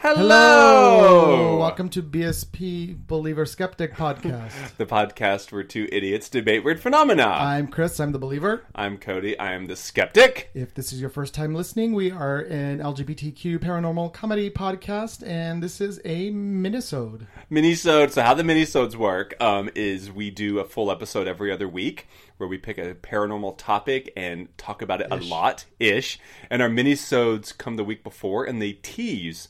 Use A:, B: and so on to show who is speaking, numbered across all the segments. A: Hello.
B: Welcome to BSP Believer Skeptic Podcast.
A: The podcast where two idiots debate weird phenomena.
B: I'm Chris, I'm the believer.
A: I'm Cody. I am the skeptic.
B: If this is your first time listening, we are an LGBTQ paranormal comedy podcast, and this is a minisode.
A: Minisode. So how the minisodes work um, is we do a full episode every other week where we pick a paranormal topic and talk about it a lot ish, and our minisodes come the week before and they tease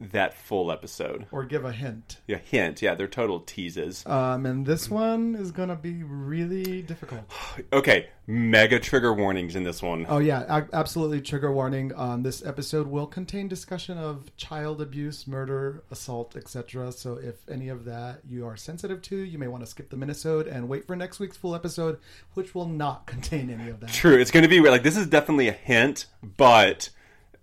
A: that full episode.
B: Or give a hint.
A: Yeah, hint. Yeah, they're total teases.
B: Um, and this one is gonna be really difficult.
A: Okay, mega trigger warnings in this one.
B: Oh yeah, a- absolutely. Trigger warning: um, this episode will contain discussion of child abuse, murder, assault, etc. So if any of that you are sensitive to, you may want to skip the minisode and wait for next week's full episode, which will not contain any of that.
A: True. It's going to be weird. Like this is definitely a hint, but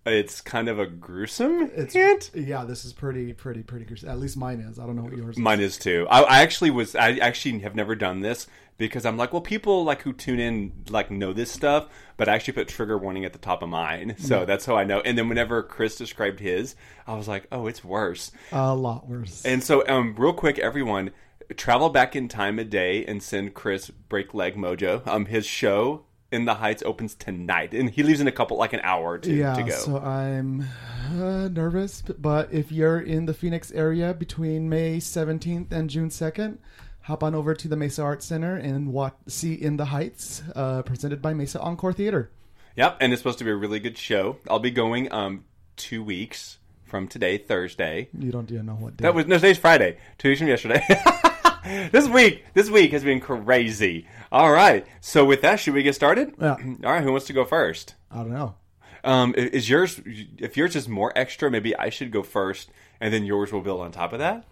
A: it's kind of a gruesome hint.
B: yeah, this is pretty, pretty, pretty gruesome. At least mine is. I don't know what yours. is.
A: Mine is too. I, I actually was. I actually have never done this because I'm like, well, people like who tune in like know this stuff, but I actually put trigger warning at the top of mine, so
B: Mm-hmm.
A: that's how I know. And then whenever Chris described his, I was like, oh, it's worse.
B: a lot worse.
A: And so, um, real quick, everyone, travel back in time a day and send Chris Break Leg Mojo. Um, his show in the Heights opens tonight, and he leaves in a couple like an hour to,
B: yeah,
A: to go.
B: so I'm uh, nervous, but if you're in the Phoenix area between May 17th and June 2nd, hop on over to the Mesa Arts Center and watch see In the Heights, uh, presented by Mesa Encore Theater.
A: Yep, and it's supposed to be a really good show. I'll be going um two weeks from today, Thursday.
B: You don't even know what day.
A: That was no today's Friday. Two weeks from yesterday. this week, this week has been crazy. All right. So with that, should we get started?
B: Yeah.
A: All right. Who wants to go first?
B: I don't know.
A: Um, i- is yours? If yours is more extra, maybe I should go first, and then yours will build on top of that,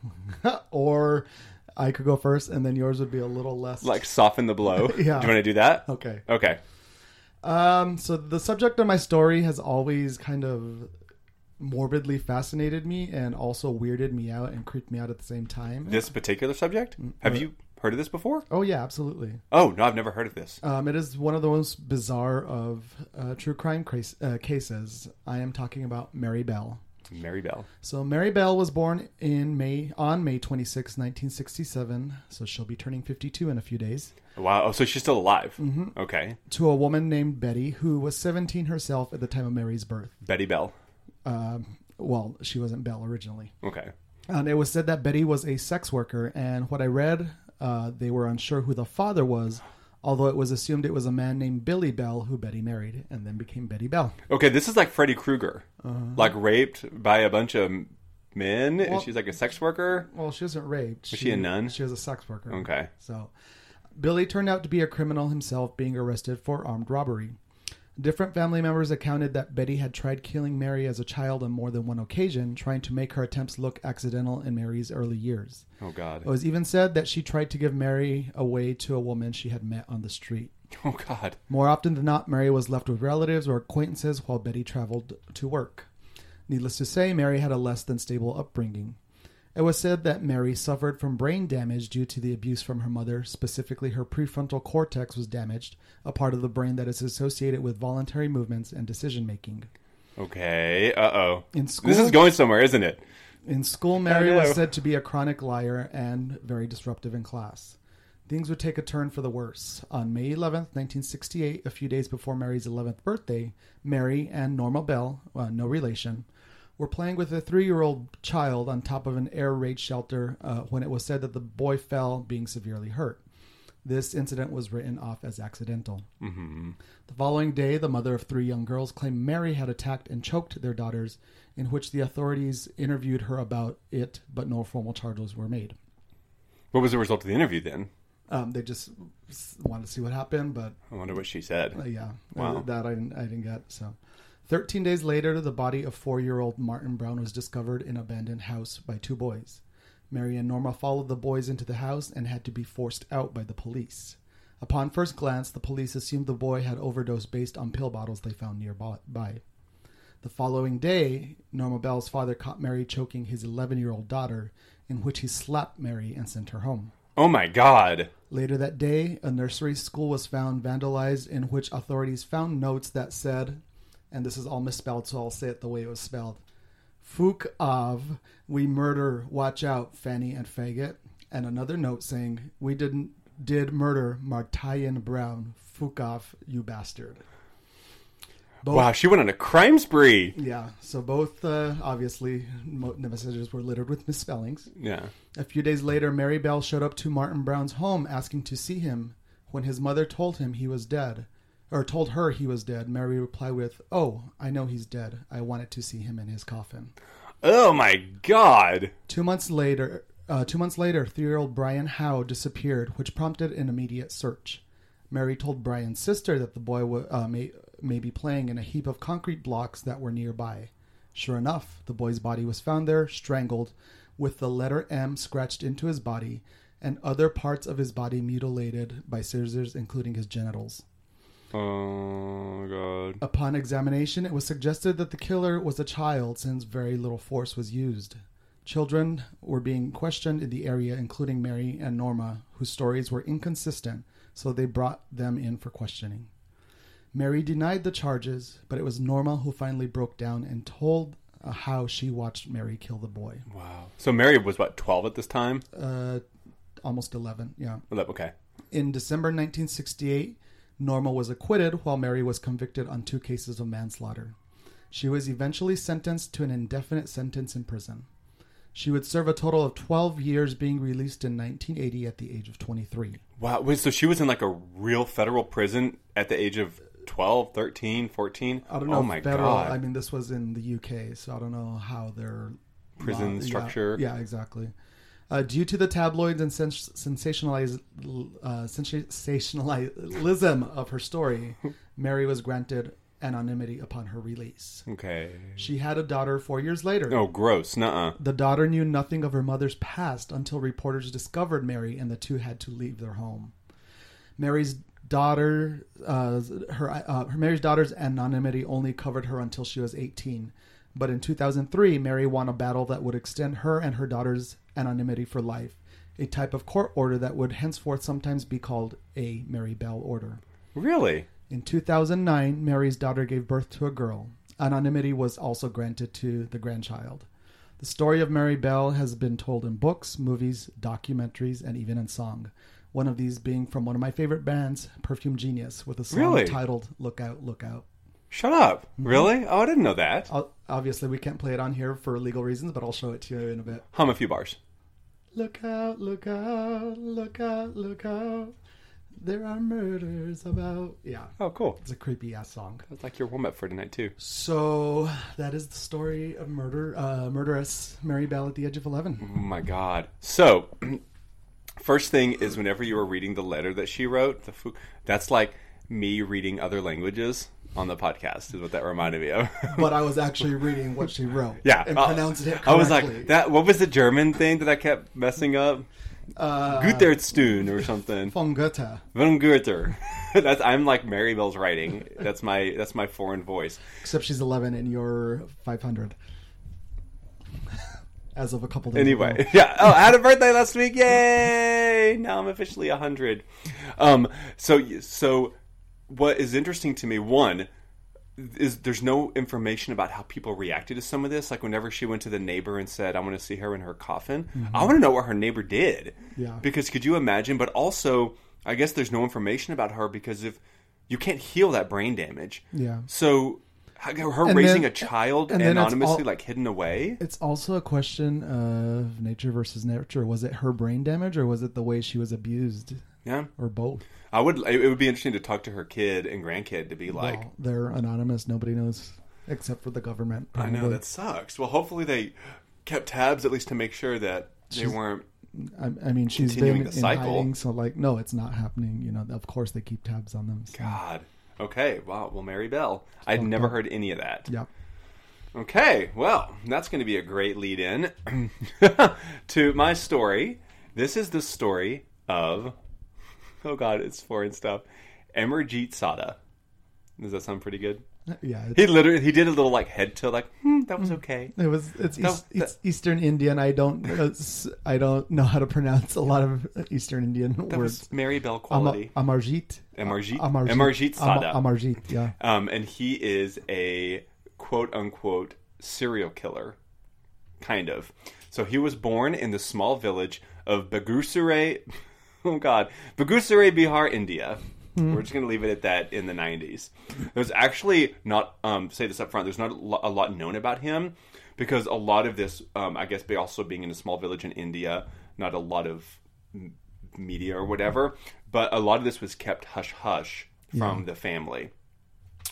B: or I could go first, and then yours would be a little less.
A: like soften the blow. Do you
B: Yeah.
A: want to do that?
B: okay.
A: Okay.
B: Um, so the subject of my story has always kind of morbidly fascinated me and also weirded me out and creeped me out at the same time.
A: This particular subject.
B: Mm, uh,
A: Have you heard of this before?
B: oh yeah, absolutely.
A: Oh no, I've never heard of this.
B: Um, it is one of the most bizarre of uh, true crime case, uh, cases. I am talking about Mary Bell.
A: Mary Bell.
B: So Mary Bell was born in May on May 26, 1967. So she'll be turning 52 in a few days.
A: Wow. Oh, so she's still alive. Mm-hmm. Okay.
B: To a woman named Betty, who was 17 herself at the time of Mary's birth.
A: Betty Bell.
B: Um, well, she wasn't Bell originally.
A: Okay.
B: And it was said that Betty was a sex worker, and what I read, uh, they were unsure who the father was, although it was assumed it was a man named Billy Bell who Betty married and then became Betty Bell.
A: Okay, this is like Freddy Krueger,
B: Uh-huh.
A: like raped by a bunch of men, and she's like a sex worker.
B: Well, she wasn't raped. Was
A: she a nun?
B: She was a sex worker.
A: Okay.
B: So Billy turned out to be a criminal himself, being arrested for armed robbery. Different family members accounted that Betty had tried killing Mary as a child on more than one occasion, trying to make her attempts look accidental in Mary's early years.
A: Oh God.
B: It was even said that she tried to give Mary away to a woman she had met on the street.
A: Oh God.
B: More often than not, Mary was left with relatives or acquaintances while Betty traveled to work. Needless to say, Mary had a less than stable upbringing. It was said that Mary suffered from brain damage due to the abuse from her mother, specifically her prefrontal cortex was damaged, a part of the brain that is associated with voluntary movements and decision making.
A: Okay. Uh oh.
B: In school,
A: This is going somewhere, isn't it?
B: in school, Mary was
A: know.
B: said to be a chronic liar and very disruptive in class. Things would take a turn for the worse. On May 11th, 1968, a few days before Mary's 11th birthday, Mary and Norma Bell, uh, no relation, were playing with a three year old child on top of an air raid shelter uh, when it was said that the boy fell, being severely hurt. This incident was written off as accidental. The following day, the mother of three young girls claimed Mary had attacked and choked their daughters, in which the authorities interviewed her about it, but no formal charges were made.
A: What was the result of the interview then?
B: Um, they just s- wanted to see what happened, but
A: I wonder what she said.
B: uh, yeah,
A: Wow.
B: uh, that I didn't, I didn't get. So, 13 days later, the body of four year old Martin Brown was discovered in an abandoned house by two boys. Mary and Norma followed the boys into the house and had to be forced out by the police. Upon first glance, the police assumed the boy had overdosed based on pill bottles they found nearby. The following day, Norma Bell's father caught Mary choking his 11 year old daughter, in which he slapped Mary and sent her home.
A: Oh my god.
B: Later that day, a nursery school was found vandalized, in which authorities found notes that said, and this is all misspelled, so I'll say it the way it was spelled Fook of, we murder, watch out, Fanny and faggot. And another note saying, we didn't did murder Martayan Brown. Fook off, you bastard. Both,
A: Wow, she went on a crime spree.
B: Yeah, so both, uh, obviously, mo- the messages were littered with misspellings.
A: Yeah.
B: A few days later, Mary Bell showed up to Martin Brown's home asking to see him. When his mother told him he was dead, or told her he was dead, Mary replied with, Oh, I know he's dead. I wanted to see him in his coffin.
A: Oh my god.
B: Two months later, uh, two months later, three-year-old Brian Howe disappeared, which prompted an immediate search. Mary told Brian's sister that the boy wa uh, may, may be playing in a heap of concrete blocks that were nearby. Sure enough, the boy's body was found there, strangled, with the letter M scratched into his body, and other parts of his body mutilated by scissors, including his genitals.
A: Oh god.
B: Upon examination, it was suggested that the killer was a child since very little force was used. Children were being questioned in the area, including Mary and Norma, whose stories were inconsistent, so they brought them in for questioning. Mary denied the charges, but it was Norma who finally broke down and told uh, how she watched Mary kill the boy.
A: Wow. So Mary was what, twelve at this time?
B: Uh, almost 11, yeah.
A: Okay.
B: In December 1968, Norma was acquitted while Mary was convicted on two cases of manslaughter. She was eventually sentenced to an indefinite sentence in prison. She would serve a total of 12 years, being released in 1980 at the age of 23.
A: Wow. Wait, so she was in like a real federal prison at the age of 12, 13, 14?
B: I don't know.
A: Oh
B: if
A: my
B: federal,
A: god.
B: I mean, this was in the UK, so I don't know how their
A: Prison
B: law- yeah,
A: structure.
B: Yeah, exactly. Uh, due to the tabloids and sens- sensationalize, uh, sensationalism of her story, Mary was granted anonymity upon her release.
A: okay.
B: She had a daughter four years later.
A: Mm-hmm. Oh, gross. Nuh-uh.
B: The daughter knew nothing of her mother's past until reporters discovered Mary, and the two had to leave their home. Mary's daughter, uh, her, uh, her Mary's daughter's anonymity only covered her until she was 18. But in 2003, Mary won a battle that would extend her and her daughter's anonymity for life, a type of court order that would henceforth sometimes be called a Mary Bell order.
A: Really?
B: In 2009, Mary's daughter gave birth to a girl. Anonymity was also granted to the grandchild. The story of Mary Bell has been told in books, movies, documentaries, and even in song. One of these being from one of my favorite bands, Perfume Genius, with a song
A: Really?
B: titled Look Out, Look Out.
A: Shut up.
B: Mm-hmm.
A: Really? Oh, I didn't know that.
B: O- Obviously, we can't play it on here for legal reasons, but I'll show it to you in a bit.
A: Hum a few bars.
B: Look out, look out, look out, look out. There are murders about. Yeah,
A: Oh, cool.
B: it's a creepy ass song.
A: That's like your warm up for tonight too.
B: So that is the story of murder, uh, murderess Mary Bell at the age of eleven.
A: Oh my god. So, first thing is whenever you were reading the letter that she wrote, the fu- that's like me reading other languages on the podcast is what that reminded me of.
B: But I was actually reading what she wrote.
A: yeah,
B: and
A: uh,
B: pronounced it correctly.
A: I was like, that. What was the German thing that I kept messing up? Uh, Guterstun or something.
B: von Goethe.
A: Von Goethe. that's I'm like Mary Bell's writing. That's my that's my foreign voice.
B: Except she's eleven, and you're five hundred. As of a couple days.
A: Anyway,
B: ago.
A: yeah. Oh, I had a birthday last week. Yay! Now I'm officially 100. Um, so so what is interesting to me one is there's no information about how people reacted to some of this. Like whenever she went to the neighbor and said, "I want to see her in her coffin," I want to know what her neighbor did.
B: Mm-hmm. Yeah.
A: Because could you imagine? But also, I guess there's no information about her because if you can't heal that brain damage,
B: Yeah.
A: So h- her
B: And
A: raising
B: then-
A: a child
B: and then it's
A: anonymously,
B: all-
A: like hidden away.
B: It's also a question of nature versus nurture. Was it her brain damage or was it the way she was abused
A: Yeah.
B: or both?
A: I would. It would be interesting to talk to her kid and grandkid to be like,
B: Well, they're anonymous. Nobody knows except for the government.
A: I know that sucks. Well, hopefully they kept tabs at least to make sure that they weren't.
B: I, I mean, she's been
A: Continuing
B: in
A: the cycle.
B: hiding, so like, no, it's not happening. You know, of course they keep tabs on them. so-
A: God. Okay. Wow. Well, Mary Bell. I'd never heard any of that.
B: Yeah.
A: Okay. Well, that's going to be a great lead in to my story. This is the story of. Oh God, it's foreign stuff. Emerjeet Sada. Does that sound pretty good?
B: Yeah. It's,
A: He literally he did a little like head tilt, like hmm, that was okay.
B: it was it's,
A: No,
B: east, it's Eastern Indian. I don't uh, s- I don't know how to pronounce a lot of uh, Eastern Indian
A: That
B: words.
A: was Mary Bell
B: Ama-
A: quality.
B: Amarjit.
A: Amarjit.
B: Amarjit.
A: Amarjit
B: Ama-
A: Sada.
B: Amarjit. Yeah.
A: Um, and he is a quote unquote serial killer, kind of. So he was born in the small village of Bagusere, oh god, Bagusere, Bihar, India. We're just going to leave it at that in the 90s. There's actually not, um, say this up front, there's not a lo- a lot known about him because a lot of this, um, I guess, by also being in a small village in India, not a lot of m- media or whatever, but a lot of this was kept hush hush from the family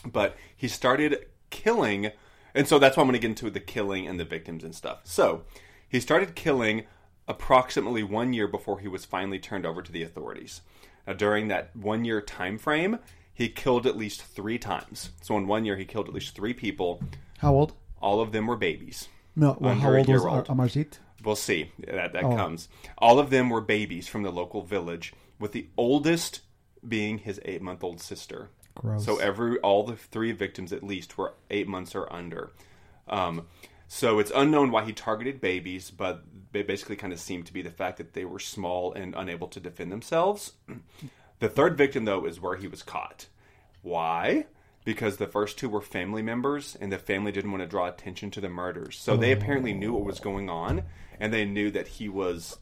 A: but he started killing and so that's why i'm going to get into the killing and the victims and stuff so he started killing approximately one year before he was finally turned over to the authorities now during that one year time frame he killed at least three times so in one year he killed at least three people
B: How old?
A: all of them were babies
B: No. Well, how
A: Under a
B: old was
A: year old.
B: Ar- Amarjit?
A: We'll see. That that comes. All of them were babies from the local village, with the oldest being his eight month old sister.
B: Gross.
A: So every all the three victims at least were eight months or under. Um, so it's unknown why he targeted babies, but they basically kind of seemed to be the fact that they were small and unable to defend themselves. The third victim, though, is where he was caught. Why? Because the first two were family members, and the family didn't want to draw attention to the murders. So they apparently knew what was going on, and they knew that he was,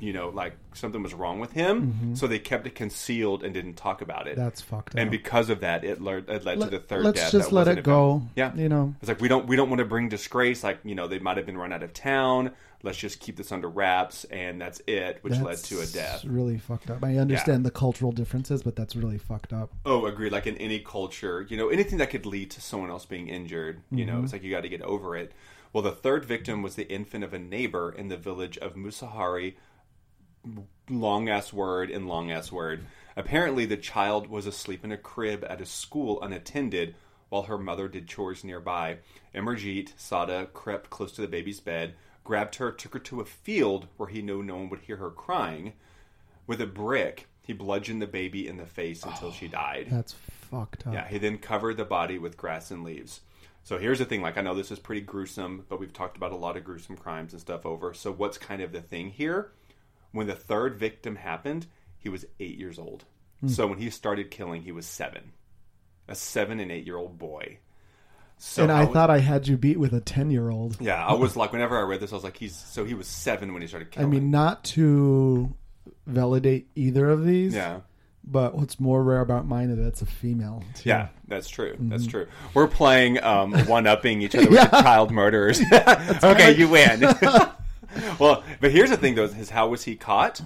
A: you know, like something was wrong with him. So they kept it concealed and didn't talk about it.
B: Mm-hmm. That's fucked
A: and
B: up.
A: because of that, it, lear- it led to the third
B: Let's
A: death.
B: just
A: that
B: let
A: wasn't
B: it
A: about-
B: go.
A: Yeah,
B: You know.
A: it's like we don't we don't want to bring disgrace. Like you know, they might have been run out of town. Let's just keep this under wraps, and that's it, which led to a
B: That's
A: death.
B: Really fucked up. I understand the cultural differences, but that's really fucked up.
A: Oh, agreed. Like in any culture, you know, anything that could lead to someone else being injured, you know, it's like you got to get over it. Well, the third victim was the infant of a neighbor in the village of Musahari. Long ass word and long ass word. Apparently, the child was asleep in a crib at a school unattended while her mother did chores nearby. Emerjeet Sada crept close to the baby's bed, grabbed her, took her to a field where he knew no one would hear her crying. With a brick, he bludgeoned the baby in the face until she died.
B: That's fucked up.
A: Yeah, he then covered the body with grass and leaves. So here's the thing like, I know this is pretty gruesome, but we've talked about a lot of gruesome crimes and stuff over. So, what's kind of the thing here? When the third victim happened, he was eight years old.
B: Hmm.
A: So, when he started killing, he was seven. A seven and eight year old boy. So,
B: and I
A: was-
B: thought I had you beat with a ten-year-old.
A: yeah, I was like, whenever I read this, I was like, he's so he was seven when he started
B: I
A: killing.
B: mean, not to validate either of these.
A: yeah.
B: But what's more rare about mine is that's a female. too.
A: Yeah, that's true. That's
B: Mm-hmm.
A: true. We're playing um, one upping each other with the child murderers. okay, you win. well, but here's the thing though: is how was he caught?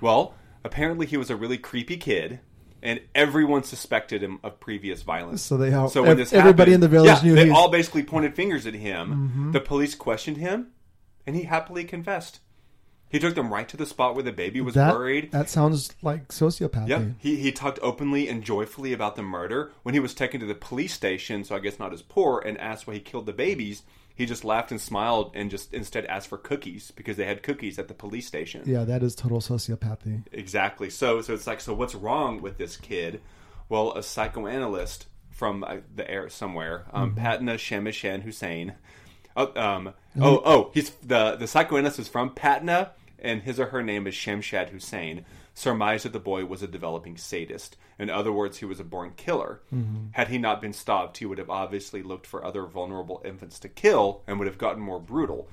A: Well, apparently he was a really creepy kid, and everyone suspected him of previous violence.
B: So they all-
A: so when
B: ev-
A: this
B: everybody
A: happened-
B: in the village
A: yeah,
B: knew Mm-hmm.
A: they
B: he's-
A: all basically pointed fingers at him. The police questioned him, and he happily confessed. He took them right to the spot where the baby was
B: That,
A: buried.
B: that sounds like sociopathy.
A: Yeah, he, he talked openly and joyfully about the murder. When he was taken to the police station, so I guess not as poor, and asked why he killed the babies, he just laughed and smiled and just instead asked for cookies because they had cookies at the police station.
B: Yeah, that is total sociopathy.
A: Exactly. So so it's like so what's wrong with this kid? Well, a psychoanalyst from uh, the air somewhere, um, Patna Shamishan Hussein. Oh, um, oh, oh, he's the the psychoanalyst is from Patna, and his or her name is Shamshad Hussein. surmised that the boy was a developing sadist. In other words, he was a born killer. Had he not been stopped, he would have obviously looked for other vulnerable infants to kill and would have gotten more brutal.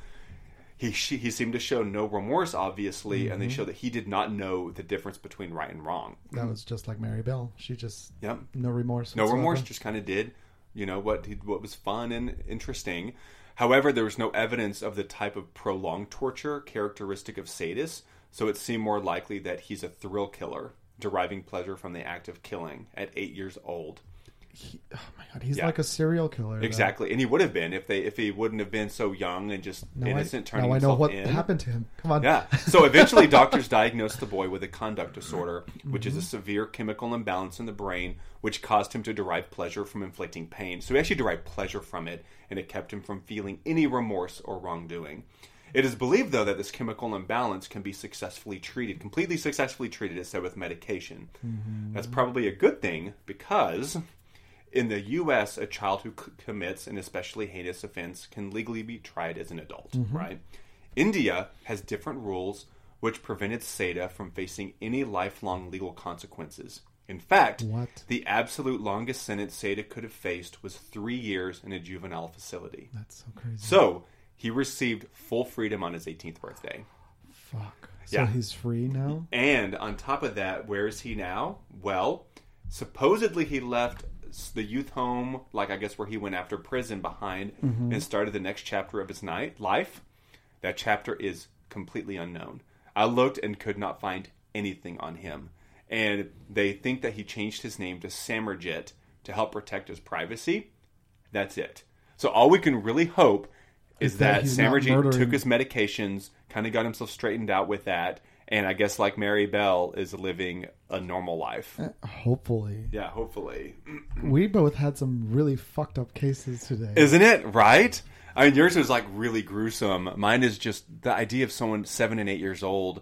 A: He, she, he seemed to show no remorse, obviously, and
B: Mm-hmm.
A: they show that he did not know the difference between right and wrong.
B: That was just like Mary Bell. She just
A: Yep.
B: no remorse.
A: Mm. No
B: whatsoever.
A: remorse, just kind of did, you know, what he, what was fun and interesting. However, there was no evidence of the type of prolonged torture characteristic of sadists, so it seemed more likely that he's a thrill killer, deriving pleasure from the act of killing at eight years old.
B: Oh my god, he's
A: Yeah.
B: like a serial killer. though.
A: Exactly, and he would have been if they if he wouldn't have been so young and just
B: Now I-
A: innocent, turning
B: now I know
A: himself
B: what
A: in.
B: happened to him. Come on.
A: Yeah. So eventually, doctors diagnosed the boy with a conduct disorder, which is a severe chemical imbalance in the brain, which caused him to derive pleasure from inflicting pain. So he actually derived pleasure from it, and it kept him from feeling any remorse or wrongdoing. It is believed, though, that this chemical imbalance can be successfully treated, completely successfully treated, it said, with medication. That's probably a good thing because in the U.S., a child who c- commits an especially heinous offense can legally be tried as an adult, right? India has different rules which prevented Seda from facing any lifelong legal consequences. In fact,
B: What?
A: the absolute longest sentence Seda could have faced was three years in a juvenile facility.
B: That's so crazy.
A: So he received full freedom on his 18th birthday.
B: Fuck. So
A: Yeah.
B: he's free now.
A: And on top of that, where is he now? Well, supposedly he left the youth home, like I guess where he went after prison behind, and started the next chapter of his night life. That chapter is completely unknown. I looked and could not find anything on him. And they think that he changed his name to Samarjit to help protect his privacy. That's it. So all we can really hope is,
B: Is that
A: that,
B: he's not
A: Samarjit
B: murdering-
A: took his medications, kind of got himself straightened out with that, and I guess like Mary Bell is living a normal life.
B: Uh, Hopefully,
A: Yeah, hopefully.
B: we both had some really fucked up cases today.
A: Isn't it? Right? I mean, yours was like really gruesome. Mine is just the idea of someone seven and eight years old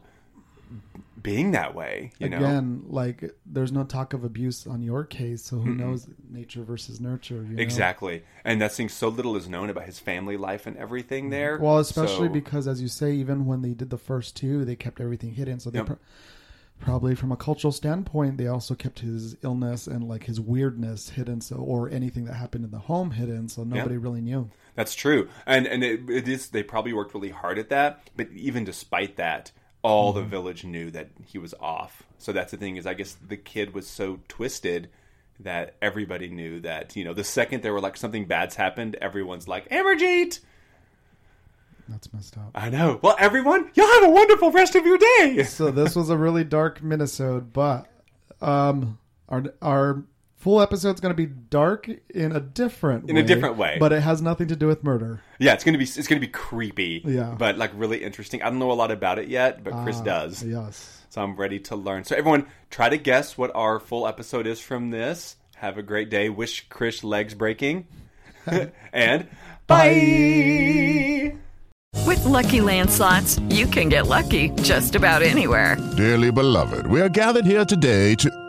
A: being that way, you know?
B: Again, like there's no talk of abuse on your case, so who knows nature versus nurture? You know?
A: Exactly. And that thing so little is known about his family life and everything there.
B: Well, especially
A: So-
B: because, as you say, even when they did the first two, they kept everything hidden. So they pro- probably, from a cultural standpoint, they also kept his illness and like his weirdness hidden, so or anything that happened in the home hidden, so nobody really knew.
A: That's true, and and it, it is. They probably worked really hard at that, but even despite that, all
B: Mm-hmm.
A: the village knew that he was off. So that's the thing is, I guess the kid was so twisted that everybody knew that. You know, the second they were like something bad's happened, everyone's like Amarjeet.
B: That's messed up.
A: I know. Well, everyone, y'all have a wonderful rest of your day.
B: so this was a really dark Minnesota, but um, our our full episode's going to be dark in a different
A: In a different way.
B: but it has nothing to do with murder.
A: Yeah, it's gonna be it's gonna be creepy.
B: Yeah.
A: but like really interesting. I don't know a lot about it yet, but Chris
B: Ah,
A: does.
B: Yes.
A: So I'm ready to learn. So everyone, try to guess what our full episode is from this. Have a great day. Wish Chris legs breaking. and bye.
C: With Lucky Land slots, you can get lucky just about anywhere.
D: Dearly beloved, we are gathered here today to.